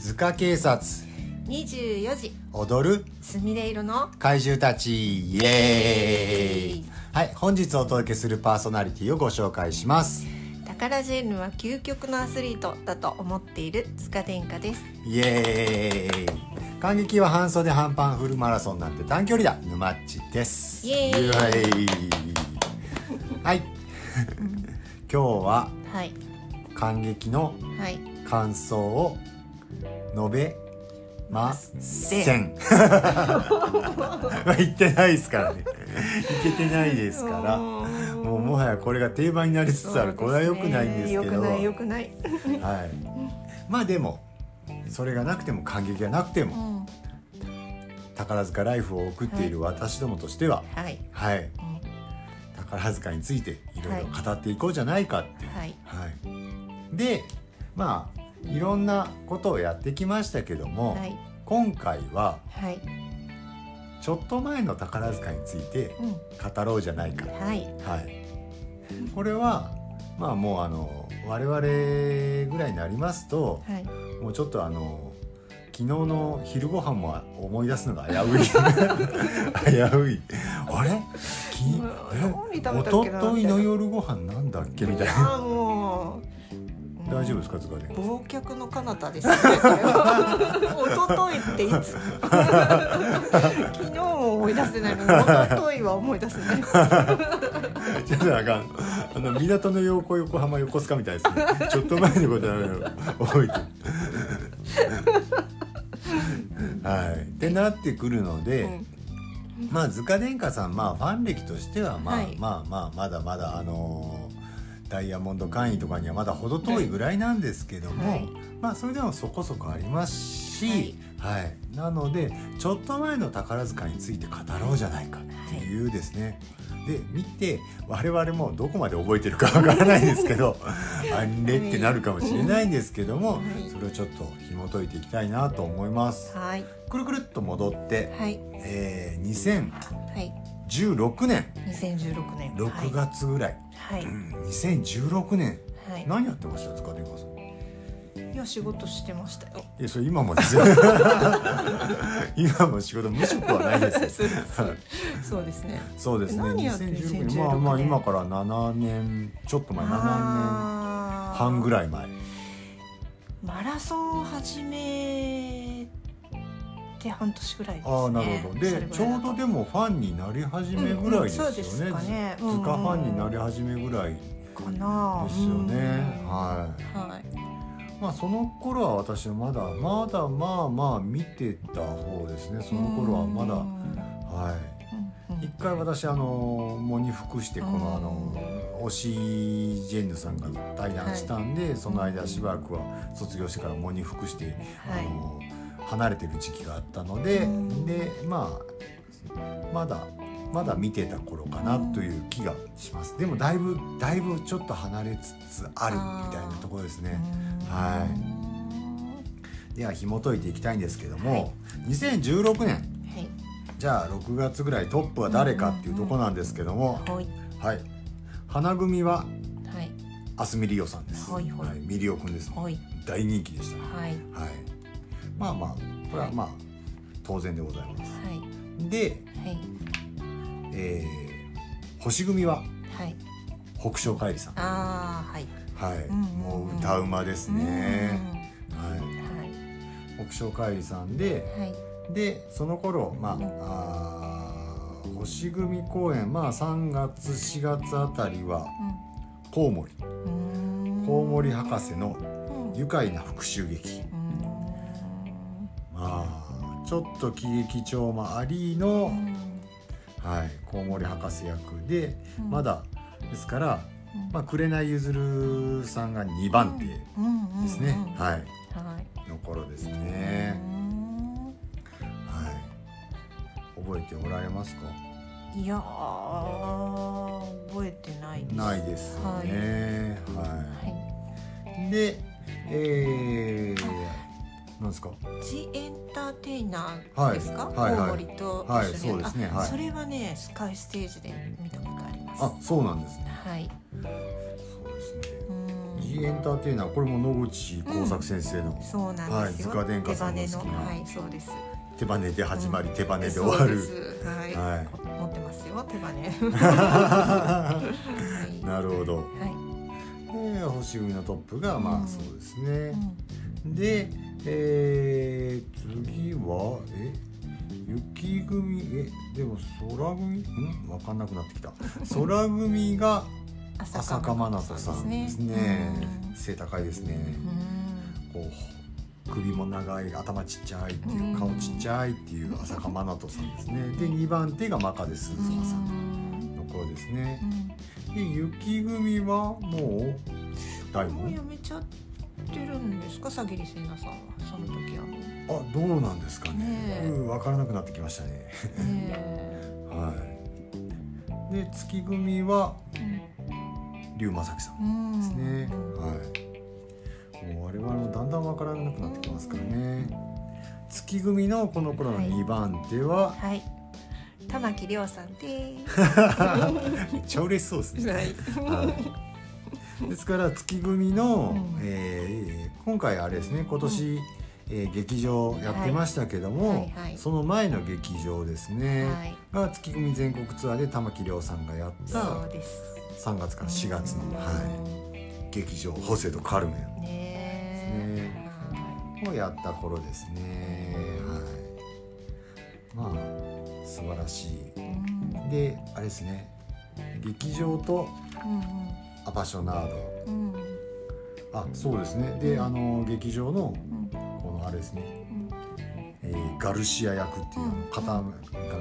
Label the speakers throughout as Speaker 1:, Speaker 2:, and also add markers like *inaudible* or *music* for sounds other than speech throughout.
Speaker 1: 塚警察
Speaker 2: 24時
Speaker 1: 踊る
Speaker 2: すみれ色の
Speaker 1: 怪獣たちイエーイはい本日お届けするパーソナリティをご紹介します
Speaker 2: タカラジェンヌは究極のアスリートだと思っている塚殿下です
Speaker 1: イエーイ感激は半袖半パンフルマラソンなんて短距離だ沼っちです
Speaker 2: イエーイ
Speaker 1: はい *laughs* 今日は
Speaker 2: はい
Speaker 1: 感激の
Speaker 2: はい
Speaker 1: 感想を述べませ *laughs* ん。まあ言ってないですからね。いけてないですから。もうもはやこれが定番になりつつある。これは良くないんですけど。
Speaker 2: よくないよくない、
Speaker 1: はい。まあでもそれがなくても感激がなくて
Speaker 2: う
Speaker 1: も
Speaker 2: ん、
Speaker 1: 宝塚ライフを送っている私どもとしては、
Speaker 2: はい、
Speaker 1: はい、
Speaker 2: うん
Speaker 1: 宝塚についていろいろ語っていこうじゃないかっていう。
Speaker 2: はい
Speaker 1: はい。で、まあ。いろんなことをやってきましたけども、
Speaker 2: はい
Speaker 1: 今回は
Speaker 2: はい
Speaker 1: ちょっと前の宝塚について
Speaker 2: うん
Speaker 1: 語ろうじゃないか。
Speaker 2: はい
Speaker 1: はい。これはまあもうあの我々ぐらいになりますと、
Speaker 2: はい
Speaker 1: もうちょっとあの昨日の昼ご飯も思い出すのが危うい。危うい。あれ？き
Speaker 2: うん何食べ
Speaker 1: え
Speaker 2: たっけな
Speaker 1: おとといの夜ご飯なんだっけみたいな。
Speaker 2: あーもう
Speaker 1: 大丈夫ですすか塚で。
Speaker 2: 忘却の彼方ですねそれ
Speaker 1: *laughs*
Speaker 2: は一昨日っていつ昨日も思い出せないのに一昨日は思い出せな
Speaker 1: *laughs*
Speaker 2: い
Speaker 1: じゃあなんかあの港の横横浜横須賀みたいですね。ちょっと前のことなの覚えてる。はい。ってなってくるので、まあ塚殿下さんまあファン歴としてはまあ、
Speaker 2: はい
Speaker 1: まあまあまだまだあのーダイヤモンド会員とかにはまだ程遠いぐらいなんですけども、
Speaker 2: はい
Speaker 1: まあそれでもそこそこありますし、はい、なのでちょっと前の宝塚について語ろうじゃないかっていうですね、で見て我々もどこまで覚えてるかわからないですけ
Speaker 2: *laughs*
Speaker 1: どあれってなるかもしれないんですけども、
Speaker 2: はい
Speaker 1: それをちょっと紐解いていきたいなと思います。
Speaker 2: はい
Speaker 1: くるくるっと戻って、
Speaker 2: はい
Speaker 1: えー
Speaker 2: はい
Speaker 1: 2016年
Speaker 2: 2016年
Speaker 1: 6月ぐらい、
Speaker 2: はいは
Speaker 1: うん2016年
Speaker 2: い、は
Speaker 1: 何やってました塚田さん
Speaker 2: い、いや仕事してましたよ
Speaker 1: いやそれ今もですよ *laughs* 今も仕事無職はないです
Speaker 2: *laughs* そうそうそうですね
Speaker 1: そうですね
Speaker 2: 何やってん
Speaker 1: 2016
Speaker 2: 2016年
Speaker 1: まあまあ今から7年ちょっと前7年半ぐ
Speaker 2: い
Speaker 1: らい前
Speaker 2: マラソンを始めて半年ぐらいですね
Speaker 1: ああなるほどでちょうどで
Speaker 2: も
Speaker 1: もファンになり始めぐらいですよね,ず、
Speaker 2: うんうんそうですかねうんうん
Speaker 1: 塚ファンになり始めぐらいで
Speaker 2: かな
Speaker 1: すよね、
Speaker 2: うん
Speaker 1: はい
Speaker 2: はい
Speaker 1: まあその頃は私はまだまだまあまあ見てた方ですねその頃はまだは
Speaker 2: うん
Speaker 1: い一回私あの喪に服してこ
Speaker 2: うん
Speaker 1: のあの推しジェンヌさんが対談したんでその間しばらくは卒業してから喪に服してあ
Speaker 2: はい
Speaker 1: の離れてる時期があったので
Speaker 2: うん
Speaker 1: でまあまだまだ見てた頃かなという気がしますでもだいぶだいぶちょっと離れつつあるみたいなところですね。はでは紐解いていきたいんですけども、
Speaker 2: はい
Speaker 1: 2016年
Speaker 2: いはい
Speaker 1: じゃあ6月ぐらいトップは誰かっていうとこなんですけども、
Speaker 2: ほい
Speaker 1: はい花組は
Speaker 2: はい
Speaker 1: アスミリオさんです、
Speaker 2: はいはい
Speaker 1: ミリオくんです
Speaker 2: ほい
Speaker 1: 大人気でした
Speaker 2: はい
Speaker 1: は
Speaker 2: はい
Speaker 1: いまあまあこれはまあ当然でございますで、
Speaker 2: はい
Speaker 1: えー星組は
Speaker 2: はい
Speaker 1: 北昇海里さん
Speaker 2: ああはい
Speaker 1: はい、
Speaker 2: ん
Speaker 1: もう歌うまですね、はい、
Speaker 2: うんはい
Speaker 1: 北昇海里さんで
Speaker 2: はい
Speaker 1: でその頃まああー星組公演まあ3月4月あたりはコウモリ
Speaker 2: うん
Speaker 1: コウモリ博士の
Speaker 2: うん
Speaker 1: 愉快な復讐劇
Speaker 2: うん
Speaker 1: まあちょっと喜劇調もありの、
Speaker 2: う
Speaker 1: はい、コウモリ博士役で
Speaker 2: ん
Speaker 1: まだですから、
Speaker 2: うん
Speaker 1: まあ、紅ゆずるさんが2番手ですね、
Speaker 2: うんうんうん
Speaker 1: はい
Speaker 2: はい
Speaker 1: の頃です
Speaker 2: う
Speaker 1: ね、
Speaker 2: ん
Speaker 1: はい、覚えておられますか
Speaker 2: いやー覚えてないです
Speaker 1: ないですよねはい
Speaker 2: は
Speaker 1: で、えー、なんですか。
Speaker 2: いジエンターテイナー
Speaker 1: はい
Speaker 2: ですかコ
Speaker 1: はい
Speaker 2: ウ
Speaker 1: はい
Speaker 2: モリと
Speaker 1: はい
Speaker 2: 一緒に
Speaker 1: そうですね
Speaker 2: あ
Speaker 1: はい
Speaker 2: それはねスカイステージで見たことあります
Speaker 1: あ、そうなんですね。
Speaker 2: はい
Speaker 1: そうですね
Speaker 2: う。ん
Speaker 1: ジエエンターテイナーこれも野口耕作先生の
Speaker 2: そうなんですよ。
Speaker 1: はい塚殿下さんの好きな
Speaker 2: 手羽根のはい、そうです。
Speaker 1: 「手羽根で始まり、手羽根で終
Speaker 2: そう
Speaker 1: わ
Speaker 2: で
Speaker 1: る
Speaker 2: すはい、
Speaker 1: はい
Speaker 2: 持ってますよ、手羽根。」
Speaker 1: *laughs*
Speaker 2: はい
Speaker 1: なるほど。
Speaker 2: はい。
Speaker 1: で星組のトップが
Speaker 2: う
Speaker 1: ま
Speaker 2: ん
Speaker 1: あそうですね
Speaker 2: う。ん
Speaker 1: で、えー次はえ雪組えでも空組ん分かんなくなってきた空組が浅香真奈さんですね背高いですね、
Speaker 2: うん
Speaker 1: こう首も長い頭ちっちゃいっていう顔ちっちゃいっていう浅香真奈さんですねで2番手が真壁すず
Speaker 2: うん
Speaker 1: さんの頃ですねで雪組はもう大
Speaker 2: うんもう
Speaker 1: 門
Speaker 2: やめちゃってるんですか、さぎりせなさんは、その時 *laughs* は。ね
Speaker 1: あどうなんですかね
Speaker 2: え
Speaker 1: うん分からなくなってきましたね
Speaker 2: え
Speaker 1: はいで月組は龍馬崎さん
Speaker 2: うん
Speaker 1: ですね、はいもう我々もだんだん分からなくなってきますからね月組のこの頃の2番手は、
Speaker 2: はい。玉木亮さんです。
Speaker 1: めっちゃ嬉しそうですね、
Speaker 2: *laughs* はい。
Speaker 1: はいですから月組の、
Speaker 2: うん
Speaker 1: えー今回あれですね今年、えー劇場やってましたけども、
Speaker 2: はいはいはい
Speaker 1: その前の劇場ですね、
Speaker 2: はい。
Speaker 1: が月組全国ツアーで玉木亮さんがやった
Speaker 2: そうです。
Speaker 1: 3月から4月の、はい、劇場「ホセとカルメン」
Speaker 2: い。ね
Speaker 1: ね
Speaker 2: え。は
Speaker 1: をやった頃ですね。はい、まあ素晴らし
Speaker 2: い
Speaker 1: い。
Speaker 2: うん
Speaker 1: であれですね劇場と
Speaker 2: う
Speaker 1: アパショナード
Speaker 2: んうんうん
Speaker 1: あそうですねであの劇場の
Speaker 2: うん
Speaker 1: このあれですね、
Speaker 2: うん
Speaker 1: えーガルシア役っていうあの肩が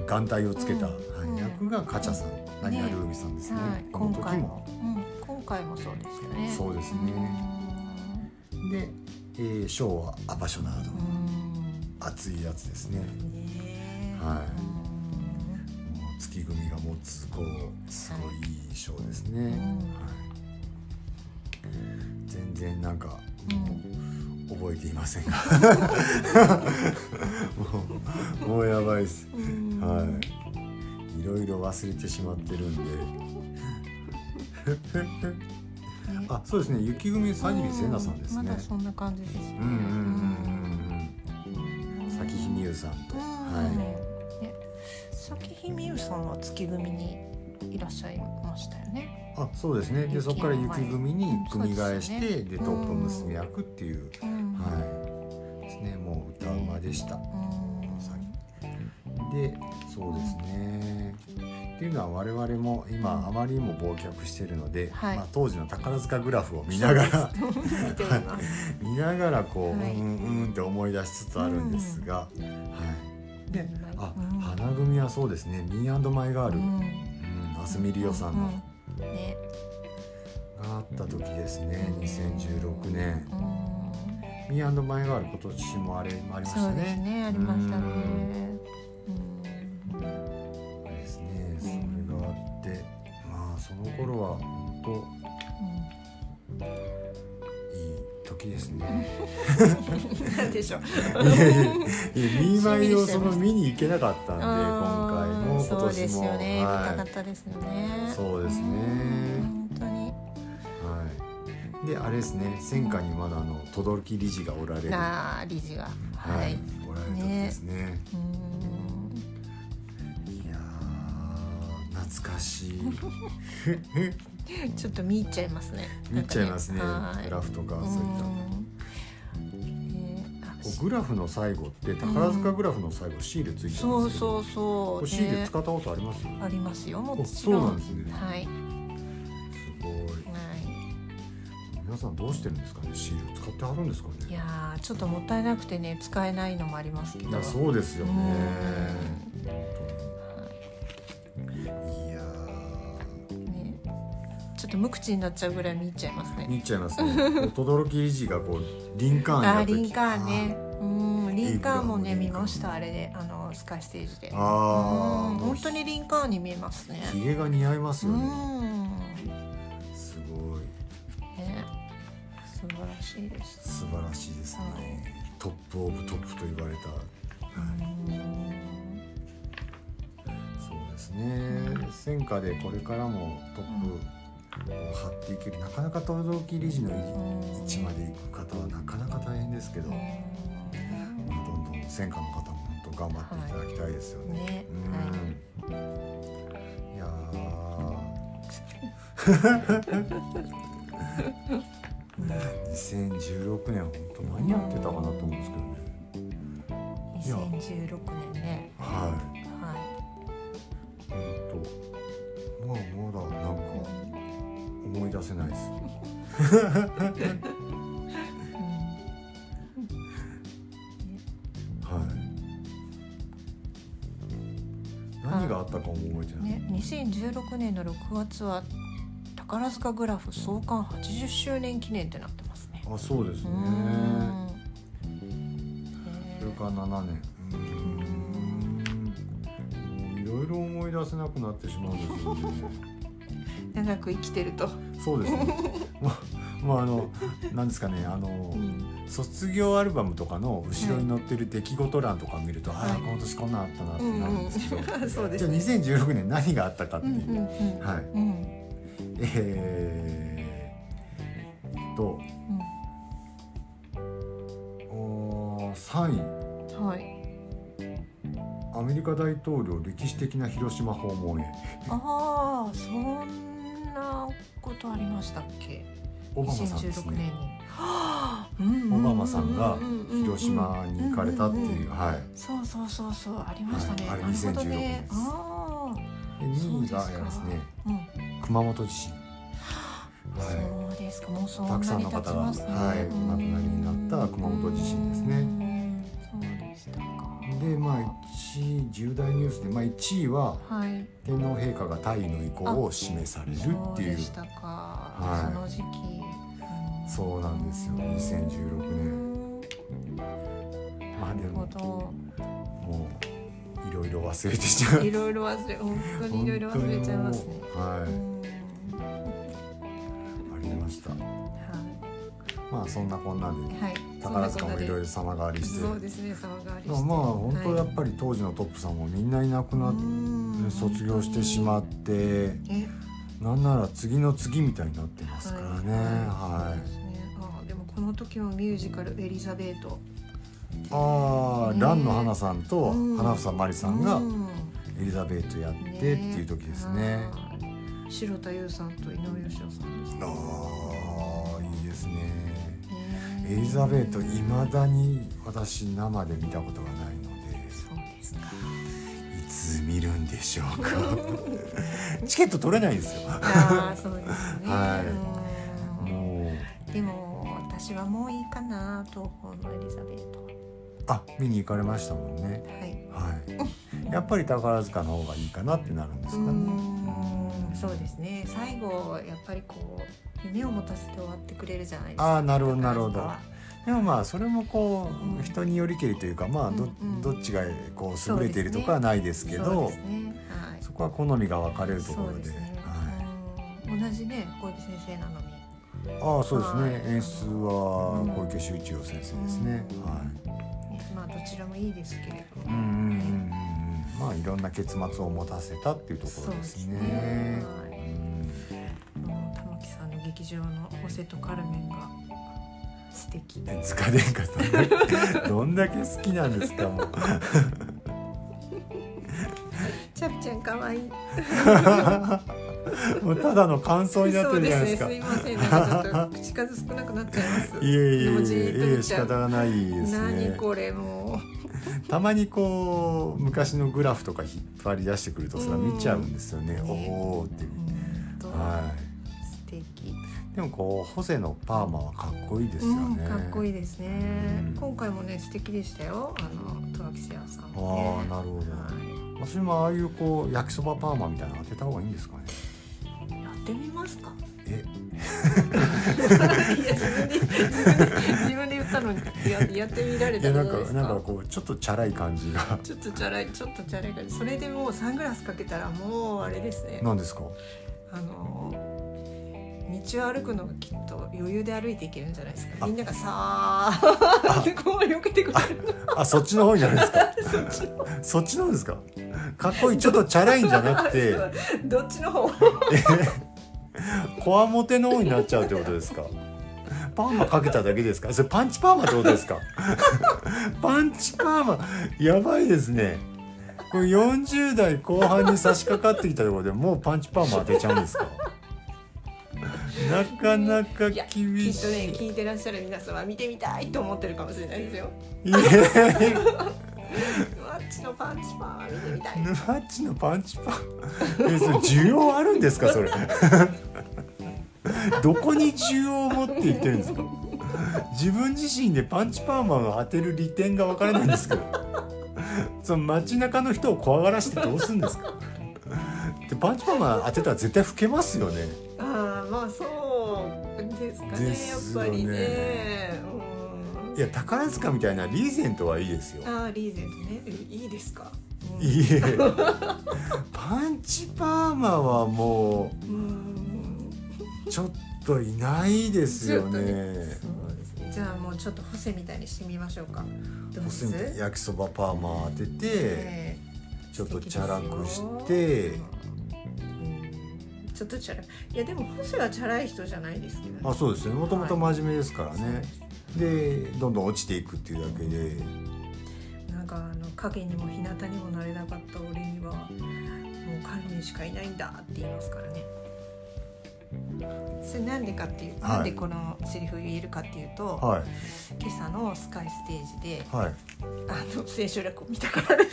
Speaker 1: 眼帯をつけた、はい役がカチャさん何々海さんですね。
Speaker 2: はい
Speaker 1: この
Speaker 2: 今
Speaker 1: 時
Speaker 2: 回
Speaker 1: も
Speaker 2: もうん今回もそうでしたね
Speaker 1: そうですね
Speaker 2: う
Speaker 1: で、えー、ショーはアパショナード
Speaker 2: んうん
Speaker 1: 熱いやつですね。
Speaker 2: ねえ
Speaker 1: はい
Speaker 2: い
Speaker 1: もう月組が持つこうすごいいい賞ですね、
Speaker 2: ん
Speaker 1: はい全然なんか
Speaker 2: うん
Speaker 1: 覚えていませんが *laughs* もうもうやばいです、
Speaker 2: うん
Speaker 1: はいいろいろ忘れてしまってるんで
Speaker 2: ね
Speaker 1: あそうですね雪組サジリセナさんです
Speaker 2: う
Speaker 1: ね
Speaker 2: まだそんな感じですね
Speaker 1: うんうんうんうんうん咲ひみゆさんと、
Speaker 2: うん
Speaker 1: は
Speaker 2: ね咲ひみゆさんは月組にいらっしゃいましたよね
Speaker 1: いあそうですねでそこから雪組に組み替えして
Speaker 2: そうです
Speaker 1: で,、
Speaker 2: よ
Speaker 1: ト
Speaker 2: ね
Speaker 1: ップ娘役っていう
Speaker 2: うん
Speaker 1: はい。ですね、もう歌うまでした。
Speaker 2: うん
Speaker 1: さで、そうですね。っていうのは我々も今あまりにも忘却してるので、
Speaker 2: はい
Speaker 1: まあ当時の宝塚グラフを見ながら
Speaker 2: 見ています
Speaker 1: *laughs* 見ながらこう、
Speaker 2: はい
Speaker 1: うんうんって思い出しつつあるんですが、はい。で、あ、
Speaker 2: うん
Speaker 1: 花組はそうですね、ミーアンドマイガール、
Speaker 2: う
Speaker 1: うん、
Speaker 2: ん
Speaker 1: アスミリオさんの、
Speaker 2: うんうんね
Speaker 1: があった時ですね、2016年。
Speaker 2: うん
Speaker 1: ミーアンドマイガール今年もあれもありまし
Speaker 2: そ
Speaker 1: た
Speaker 2: うです
Speaker 1: ね。
Speaker 2: ねありましたね
Speaker 1: そうですね、それがあって、まあその頃は本当。いい時ですね。
Speaker 2: *laughs* うんなんでしょう
Speaker 1: *laughs* いやいやいや、見舞いをその見に行けなかったんで、今回
Speaker 2: うん
Speaker 1: も今年も。
Speaker 2: そうですよね見たか
Speaker 1: はい。
Speaker 2: ったですよね
Speaker 1: そうですね
Speaker 2: うん本当に
Speaker 1: はい。で、あれですね、戦火にまだあの轟理事がおられる。は
Speaker 2: なあ理事がはいい、
Speaker 1: おられる時ですね。
Speaker 2: うん
Speaker 1: いやー、懐かしい。
Speaker 2: *laughs* ちょっと見入っちゃいますね
Speaker 1: 見っちゃいますね。
Speaker 2: なん
Speaker 1: グ
Speaker 2: かね
Speaker 1: ラ
Speaker 2: はい
Speaker 1: フとか
Speaker 2: う
Speaker 1: そういった。
Speaker 2: んねあ
Speaker 1: こうグラフの最後って宝塚グラフの最後シールついてますけど、
Speaker 2: そうそうそう
Speaker 1: これ
Speaker 2: ね
Speaker 1: シール使ったことあります、
Speaker 2: ありますよも
Speaker 1: あ
Speaker 2: ち
Speaker 1: そう
Speaker 2: ろ
Speaker 1: なん
Speaker 2: ん
Speaker 1: ですね
Speaker 2: はい
Speaker 1: すごい
Speaker 2: は
Speaker 1: 皆さんどうしてるんですかねシール使ってはるんですかね
Speaker 2: いいやーちょっともったいなくてね使えないのもありますけど
Speaker 1: いやそうですよね
Speaker 2: うん
Speaker 1: いや
Speaker 2: ねちょっと無口になっちゃうぐらい見入っちゃいます
Speaker 1: ー
Speaker 2: ね
Speaker 1: 見入っちゃいます
Speaker 2: *laughs*
Speaker 1: ね轟理事がこうリンカーンや
Speaker 2: あ
Speaker 1: った
Speaker 2: ー
Speaker 1: 時
Speaker 2: リンカーンねうんリンカーンも
Speaker 1: い
Speaker 2: ね
Speaker 1: いリン
Speaker 2: 見
Speaker 1: カーン
Speaker 2: ましたあれであのスカイステージで
Speaker 1: あー
Speaker 2: うん本当にリンカーンに見えますね
Speaker 1: ヒゲが似合います
Speaker 2: う
Speaker 1: よね
Speaker 2: ん
Speaker 1: すごい
Speaker 2: ね素晴らしいです
Speaker 1: 素晴らしいですねトップオブトップと言われた
Speaker 2: うん
Speaker 1: そうですね戦火でこれからもトップ張っていけるなかなか等々力理事の位置まで行く方はなかなか大変ですけど、どんどん専科の方も本当頑張っていただきたいですよね。
Speaker 2: ね
Speaker 1: うん
Speaker 2: はい
Speaker 1: いや
Speaker 2: *laughs*
Speaker 1: ー2016年本当何やってたかなと思うんですけどね。いや
Speaker 2: 2016年ね
Speaker 1: はい。
Speaker 2: は
Speaker 1: 本当まあまだなんか思い出せないです。
Speaker 2: い、うん
Speaker 1: はい。何があったかも覚えてない。
Speaker 2: ね、2016年の6月は宝塚グラフ創刊80周年記念ってなってますね
Speaker 1: あ、そうです
Speaker 2: う
Speaker 1: ね
Speaker 2: ー。ん
Speaker 1: それ
Speaker 2: ね
Speaker 1: から7年。うーんもういろいろ思い出せなくなってしまうんですよね。
Speaker 2: 長く生きてると、
Speaker 1: そうです
Speaker 2: *laughs*
Speaker 1: ね。ままああのなんですかねあの、卒業アルバムとかの後ろに載ってる出来事欄とか見ると、
Speaker 2: はい
Speaker 1: ああ今年こんなんあったなってなるんですけど、
Speaker 2: *laughs* うんうんそう
Speaker 1: *laughs*
Speaker 2: で
Speaker 1: じゃ
Speaker 2: す
Speaker 1: あ
Speaker 2: ね
Speaker 1: 2016年何があったかって
Speaker 2: う
Speaker 1: い
Speaker 2: ん
Speaker 1: う、
Speaker 2: うんうん
Speaker 1: はい
Speaker 2: うん
Speaker 1: えー、とおー3位
Speaker 2: うんはい
Speaker 1: アメリカ大統領歴史的な広島訪問へ
Speaker 2: ああそんなことありましたっけ
Speaker 1: オバマさんです
Speaker 2: 2016年に
Speaker 1: ね。
Speaker 2: はあうんうんうん
Speaker 1: オ
Speaker 2: うん
Speaker 1: バマさんが広島に行かれたって
Speaker 2: んん
Speaker 1: い
Speaker 2: ん
Speaker 1: う、はい。
Speaker 2: そうそうそうそうありましたね、
Speaker 1: はいあれ
Speaker 2: なるほど
Speaker 1: 2016
Speaker 2: ね
Speaker 1: です
Speaker 2: あ
Speaker 1: で2位がですね
Speaker 2: あうん
Speaker 1: 熊本地震。はい。
Speaker 2: そうですか、もうそんな
Speaker 1: た
Speaker 2: に
Speaker 1: くさんの
Speaker 2: 経
Speaker 1: 方
Speaker 2: ち
Speaker 1: が、
Speaker 2: ますね。
Speaker 1: はい、
Speaker 2: う
Speaker 1: お
Speaker 2: ん
Speaker 1: 亡くなりになった熊本地震です
Speaker 2: う
Speaker 1: ね。
Speaker 2: んそうでしたか。
Speaker 1: で、まあ、1位重大ニュースで、まあ、1位は
Speaker 2: はい、
Speaker 1: 天皇陛下が退位の意向を示される
Speaker 2: そ
Speaker 1: っ
Speaker 2: う
Speaker 1: てい
Speaker 2: で
Speaker 1: う
Speaker 2: した
Speaker 1: い
Speaker 2: か。その時期。うん
Speaker 1: そうなんですよ2016年まあで
Speaker 2: なるほ
Speaker 1: も
Speaker 2: ど。
Speaker 1: もういろいろ忘れてしまう
Speaker 2: いろいろ忘れ、本当にいろいろ忘れちゃいますね。
Speaker 1: は
Speaker 2: うん
Speaker 1: いありました
Speaker 2: は
Speaker 1: まあそんなこんなんで
Speaker 2: いはい。
Speaker 1: 宝塚もいろい
Speaker 2: ろ。
Speaker 1: ろ様変わりして
Speaker 2: そうですね、様変わり
Speaker 1: でも
Speaker 2: して。
Speaker 1: まあ本当や
Speaker 2: は
Speaker 1: っぱり当時のトップさんもみんないなくなっ
Speaker 2: いうん
Speaker 1: て卒業してしまって
Speaker 2: え
Speaker 1: なんなら次の次みたいになってますからね
Speaker 2: そう
Speaker 1: は
Speaker 2: で
Speaker 1: い
Speaker 2: すねああでもこの時もミュージカルエリザベート
Speaker 1: ああ蘭の花さんと
Speaker 2: うん
Speaker 1: 花房真理さんが
Speaker 2: うん
Speaker 1: エリザベートやってっていう時ですね。
Speaker 2: はい白田優さんと井上芳雄さんですね
Speaker 1: あーいいですねエリザベートいまだに私生で見たことがないので
Speaker 2: そうですか
Speaker 1: いつ見るんでしょう
Speaker 2: *laughs*
Speaker 1: かチケット取れないんですよ
Speaker 2: ああそうですね、
Speaker 1: は
Speaker 2: うん
Speaker 1: もう
Speaker 2: でも私はもういいかな東方のエリザベート
Speaker 1: あ見に行かれましたもんね
Speaker 2: はい
Speaker 1: はいやっぱり宝塚の方がいいかなってなるんですかね
Speaker 2: うんそうですね最後やっぱりこう夢を持たせて終わってくれるじゃないですか
Speaker 1: ああなるほどなるほど
Speaker 2: 宝塚は
Speaker 1: でもまあそれもこ
Speaker 2: うん
Speaker 1: う人によりけりというかまあど,、
Speaker 2: うんうん
Speaker 1: どっちがこう優れているとかはないですけ
Speaker 2: そう
Speaker 1: ど
Speaker 2: ですねはい
Speaker 1: そこは好みが分かれるところ
Speaker 2: そう
Speaker 1: で。
Speaker 2: すね
Speaker 1: はい
Speaker 2: うん同じね小池先生なのに
Speaker 1: ああそうですね、
Speaker 2: はい
Speaker 1: 演出は小池秀一郎先生ですね、
Speaker 2: うん
Speaker 1: はい
Speaker 2: ねまあどちらもいいですけれども、
Speaker 1: うんうんうんうんまあいろんな結末を持たせたっていうところですね
Speaker 2: そうですねはい
Speaker 1: うん
Speaker 2: もう玉木さんの劇場のホセとカルメンが素敵
Speaker 1: え塚殿下さんどんだ
Speaker 2: *laughs*
Speaker 1: けどんだけ好きなんですかもう
Speaker 2: チャプちゃん可愛い
Speaker 1: もうただの感想になっ
Speaker 2: そ
Speaker 1: て
Speaker 2: う
Speaker 1: る
Speaker 2: で
Speaker 1: じゃ
Speaker 2: す
Speaker 1: ない
Speaker 2: ね
Speaker 1: ですか
Speaker 2: すいませんなんかちょっと口数少なくなっちゃいます
Speaker 1: *laughs* いえい
Speaker 2: で
Speaker 1: え
Speaker 2: も
Speaker 1: い
Speaker 2: じ
Speaker 1: え
Speaker 2: ーっと
Speaker 1: いえ
Speaker 2: 見
Speaker 1: 仕
Speaker 2: ちゃ
Speaker 1: 方
Speaker 2: う
Speaker 1: がないです
Speaker 2: 何
Speaker 1: ね
Speaker 2: これもう
Speaker 1: たまにこう昔のグラフとか引っ張り出してくるとそれは見ちゃうんですよね、
Speaker 2: うん
Speaker 1: おおって、
Speaker 2: 本当
Speaker 1: はい
Speaker 2: 素敵
Speaker 1: でもこうホセのパーマはかっこいいですよね。
Speaker 2: うん、かっこいいですね、
Speaker 1: うん
Speaker 2: 今回もね素敵でしたよあの戸脇聖也さんもね
Speaker 1: ああなるほど。
Speaker 2: は
Speaker 1: 私もああいうこう焼きそばパーマみたいなの当てた方がいいんですかね。
Speaker 2: いやってみます
Speaker 1: *laughs*
Speaker 2: か
Speaker 1: え、
Speaker 2: いや自分で自分で言ったのにややってみられ
Speaker 1: い
Speaker 2: た
Speaker 1: やな
Speaker 2: じゃ
Speaker 1: ん
Speaker 2: ないで
Speaker 1: か
Speaker 2: す
Speaker 1: なんか
Speaker 2: か。
Speaker 1: こうちょっとチャラい感じが
Speaker 2: ちょっとチャラいちょっとチャラいからそれでもうサングラスかけたらもうあれですね
Speaker 1: なんですか。
Speaker 2: あの道を歩くのがきっと余裕で歩いていけるんじゃないですか
Speaker 1: あ
Speaker 2: みんながさーってこう避けてくれる
Speaker 1: あそっちの方じゃないです
Speaker 2: *laughs*
Speaker 1: か。そっちなん
Speaker 2: *laughs*
Speaker 1: ですか。かっこいいちょっとチャラいんじゃなくて
Speaker 2: どっちの方
Speaker 1: こわもての王になっちゃうってことです
Speaker 2: *laughs*
Speaker 1: かパーマかけただけですかそれパンチパーマってことですか *laughs* パンチパーマやばいですねこれ40代後半に差し掛かってきたところでもうパンチパーマ当てちゃうんです
Speaker 2: *laughs*
Speaker 1: かなかなか
Speaker 2: いや
Speaker 1: 厳
Speaker 2: きっ
Speaker 1: し
Speaker 2: とね
Speaker 1: い
Speaker 2: 聞いてらっしゃる皆さんは見てみたいと思ってるかもしれないですよ
Speaker 1: いや
Speaker 2: マッチのパンチパンは見てみたい
Speaker 1: ヌマッチのパンチパンえそれ需要あるんですかそれ *laughs* どこに需要を持って言ってるんですか自分自身でパンチパーマを当てる利点が分からないんですけどその街中の人を怖がらしてどうするんですかでパンチパーマ当てたら絶対老けますよね
Speaker 2: ああまあそうですかね
Speaker 1: です
Speaker 2: や
Speaker 1: よ
Speaker 2: っぱ
Speaker 1: ね
Speaker 2: りね
Speaker 1: いや宝塚みたいなリーゼントはいいですよ
Speaker 2: うんああリーゼントねうんいいですかうん
Speaker 1: いえパンチパーマはも
Speaker 2: うん
Speaker 1: うちょっといないですよね
Speaker 2: そうですねじゃあもうちょっとホセみたいにしてみましょうかどう
Speaker 1: お
Speaker 2: で
Speaker 1: 酢
Speaker 2: す
Speaker 1: みたい焼きそばパーマ当てて
Speaker 2: ええ
Speaker 1: ちょっとチャラくし
Speaker 2: 素敵
Speaker 1: て
Speaker 2: ですようんちょっとチャラいやでもホセはチャラい人じゃないですけどね
Speaker 1: あそうですねもともと真面目ですからね、でどんどん落ちていくっていうだけで
Speaker 2: なんかあの影にも日向にもなれなかった俺にはもう管理しかいないんだって言いますからね。それなんでかっていう、
Speaker 1: はい
Speaker 2: なんでこのセリフを言えるかっていうと、
Speaker 1: は
Speaker 2: 今朝のスカイステージで
Speaker 1: いはい
Speaker 2: あの千秋楽を見たからで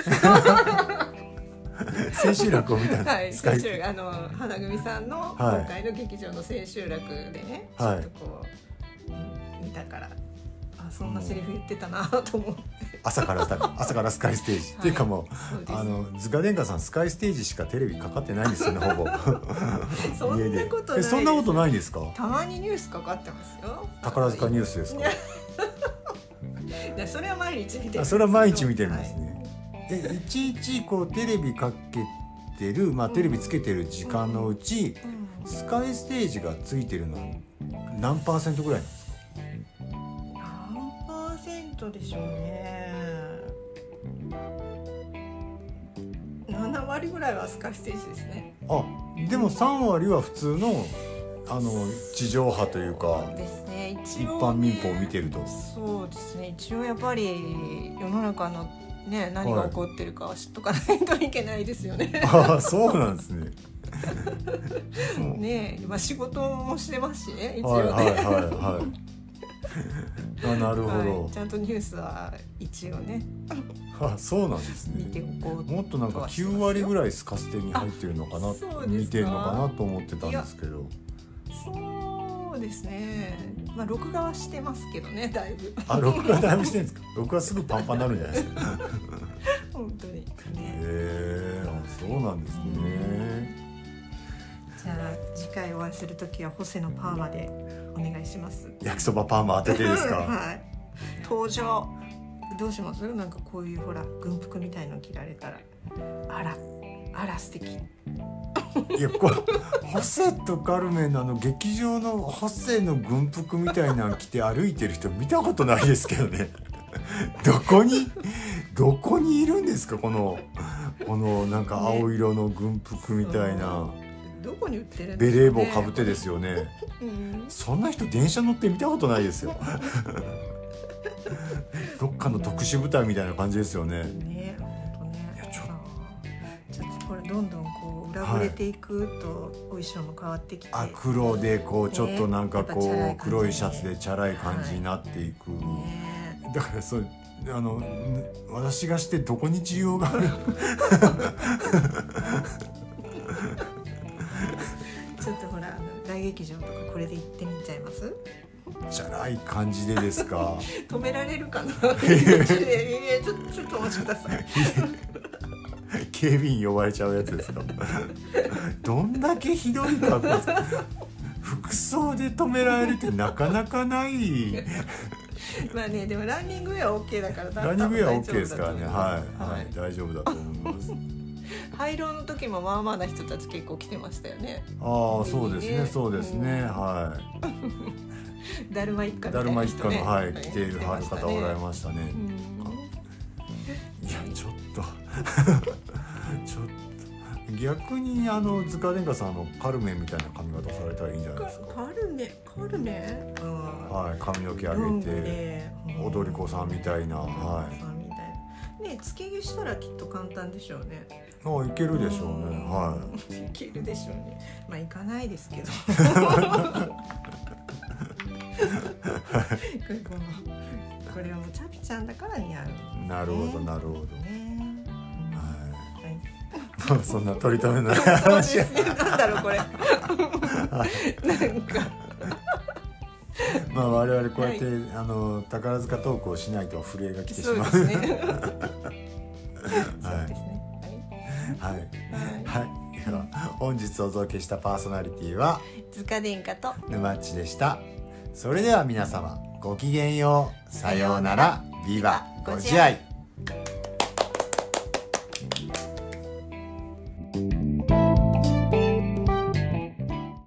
Speaker 2: す。
Speaker 1: 千秋楽を見たん
Speaker 2: は
Speaker 1: で
Speaker 2: い、
Speaker 1: すか、
Speaker 2: 千秋楽あの花組さんの
Speaker 1: はい
Speaker 2: 今回の劇場の千秋楽でね、
Speaker 1: はい
Speaker 2: ちょっとこう、うん見たから。あそんなセリフ言ってたなと思って、
Speaker 1: 朝から朝からスカイステージ、
Speaker 2: い
Speaker 1: っていうかもう
Speaker 2: そうです
Speaker 1: あのズガデンガさんスカイステージしかテレビかかってないんですよねほぼ
Speaker 2: *laughs* そんなことない
Speaker 1: え
Speaker 2: です
Speaker 1: そんなことないんですか
Speaker 2: たまにニュースかかってますよ
Speaker 1: 宝塚ニュースですか
Speaker 2: いやそれは毎日見てる
Speaker 1: あそれは毎日見てるんですね、えいちいちこうテレビかけてるまあテレビつけてる時間のうち、
Speaker 2: はいうん
Speaker 1: スカイステージがついてるのは何パーセントぐらいなんですか
Speaker 2: 何パーセントでしょうね7割ぐらいはスカイステージですね
Speaker 1: あでも3割は普通のあの地上波というか
Speaker 2: ですね一
Speaker 1: 一
Speaker 2: 応
Speaker 1: 般
Speaker 2: ね
Speaker 1: 民放を見てると
Speaker 2: そうですね一応やっぱり世の中のね何が起こってるかは知っとかないといけないです
Speaker 1: *laughs*
Speaker 2: よね、
Speaker 1: ああそうなんですね
Speaker 2: ねえ今仕事もしてますしね一応
Speaker 1: はい
Speaker 2: ね、
Speaker 1: はいはいはいあなる
Speaker 2: は
Speaker 1: ほ
Speaker 2: い、ちゃんとニュースは一応ね
Speaker 1: ど、 *laughs* あそうなんです
Speaker 2: 見て
Speaker 1: ね
Speaker 2: おこうと
Speaker 1: もっとなんか9割ぐらいスカステに入ってるのかな
Speaker 2: あそうですか
Speaker 1: 見てるのかなと思ってたんですけど
Speaker 2: そうですねまあ録画はしてますけどねだいぶ
Speaker 1: あ録画だいぶしてるんですか録画すぐパンパンになるんじゃないですか
Speaker 2: *laughs* 本当に
Speaker 1: へ
Speaker 2: ね
Speaker 1: えあそうなんですね
Speaker 2: じゃあ次回お会いする時はホセのパーマでお願いします
Speaker 1: 焼きそばパーマ当ててですか
Speaker 2: *laughs* はい登場どうしますなんかこういうほら軍服みたいの着られたらあらあら素敵
Speaker 1: いやこれホセとカルメンのあの劇場のホセの軍服みたいなの着て歩いてる人見たことないですけどね *laughs* どこにどこにいるんですかこのこのなんか青色の軍服みたいな、
Speaker 2: どこに売ってるん
Speaker 1: ベレー帽か
Speaker 2: かね
Speaker 1: ぶってですよね
Speaker 2: うん
Speaker 1: そんな人電車乗って見たことないですよ *laughs* どっかの特殊部隊みたいな感じですよね
Speaker 2: ね、ほんとね。
Speaker 1: いやちょ
Speaker 2: ちょっとこれどんどんこう裏ぶれていくとお衣装も変わってきて、
Speaker 1: あ黒でこうちょっとなんか
Speaker 2: ね
Speaker 1: こう黒いシャツでチャラい感じになっていく。
Speaker 2: ね、
Speaker 1: だからそうあのん私がしてどこに需要がある
Speaker 2: ちょっとほらあの大劇場とかこれで行ってみちゃい
Speaker 1: *laughs*
Speaker 2: ます？
Speaker 1: じゃない感じでですか
Speaker 2: 止められるかな？ *laughs* いやちょっといやちょっとちょっとお待ちください。
Speaker 1: 警備員呼ばれちゃうやつですか *laughs* どんだけひどい格好ですか服装で止められるってなかなかない
Speaker 2: まあねでもランニングウェアは OK だから
Speaker 1: ランニングウェアは OK ですからねはい、
Speaker 2: は
Speaker 1: はいい、大丈夫だと思い
Speaker 2: *laughs*
Speaker 1: ます
Speaker 2: 廃炉の時もまあまあな人たち結構来てましたよね。
Speaker 1: ああそうですねそうですね
Speaker 2: うん
Speaker 1: はい
Speaker 2: だるま一家みた
Speaker 1: だ
Speaker 2: い
Speaker 1: る
Speaker 2: な
Speaker 1: ま一
Speaker 2: 人
Speaker 1: 家
Speaker 2: ね。
Speaker 1: のはい来ている
Speaker 2: 来ましたね
Speaker 1: 方おられましたね
Speaker 2: うん
Speaker 1: *laughs* いやちょっとちょっと逆にあの塚殿下さんあのカルメンみたいな髪型されたらいいんじゃないですか。
Speaker 2: カルメカルメあ
Speaker 1: はい、髪の毛
Speaker 2: あ
Speaker 1: 上げて、踊り子さんみたいな、は
Speaker 2: さんみたいなねつけ毛したらきっと簡単でしょうね
Speaker 1: い、あいけるでしょうね、はい
Speaker 2: いけるでしょうねまあ行かないですけ
Speaker 1: *laughs*
Speaker 2: どこのこれはもうチャピちゃんだから似合
Speaker 1: い。なるほど
Speaker 2: ね
Speaker 1: なるほど。
Speaker 2: うね
Speaker 1: は
Speaker 2: はい
Speaker 1: い、 *laughs* そんな取り留めない
Speaker 2: そうで
Speaker 1: 話。
Speaker 2: すねなんだろうこれなんか
Speaker 1: まあ我々こうやって、あの宝塚トークをしないと震えが来てし
Speaker 2: そうで
Speaker 1: まう。
Speaker 2: すね
Speaker 1: は
Speaker 2: そ
Speaker 1: い
Speaker 2: うですね
Speaker 1: *laughs* はい
Speaker 2: はいは
Speaker 1: はい。では本日お届けしたパーソナリティはい
Speaker 2: 塚殿下と
Speaker 1: 沼っちでした。それでは皆様ごきげんよう。さようなら。ビバご自愛。